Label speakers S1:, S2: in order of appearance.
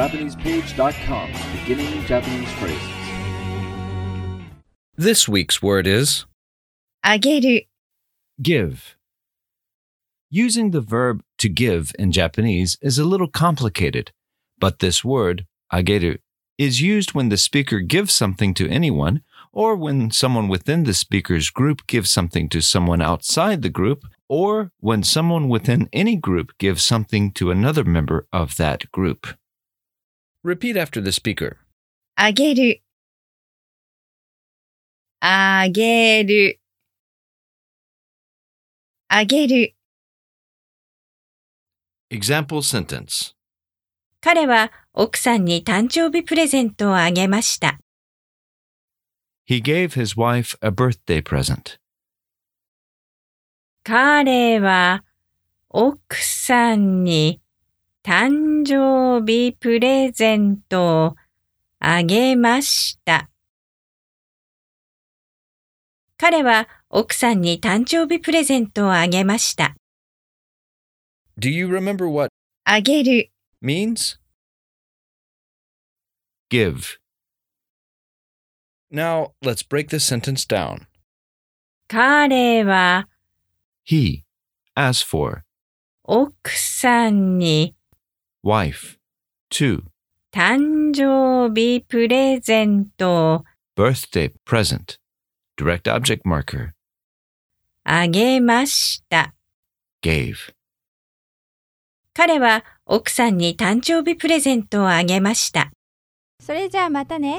S1: JapanesePage.com, beginning Japanese phrases.
S2: This week's word is
S3: あげる、
S2: give. Using the verb to give in Japanese is a little complicated, but this word, ageru, is used when the speaker gives something to anyone or when someone within the speaker's group gives something to someone outside the group or when someone within any group gives something to another member of that group. Repeat after the speaker.
S3: あげる。あげる。あげる。
S2: Example sentence.
S4: 彼は奥さんに誕生日プレゼントをあげました。
S2: He gave his wife a birthday present.
S4: 彼は奥さんに誕生日プレゼントをあげました。彼は奥さんに誕生日プレゼントをあげました。
S2: Do you remember what
S3: あげる。
S2: means give. Now let's break this sentence down.
S4: 彼は
S2: He, as for,
S4: 奥さんに
S2: wife, to,
S4: 誕生日プレゼントを
S2: birthday present, direct object marker,
S4: あげました。
S2: gave.
S4: 彼は奥さんに誕生日プレゼントをあげました。
S5: それじゃあまたね。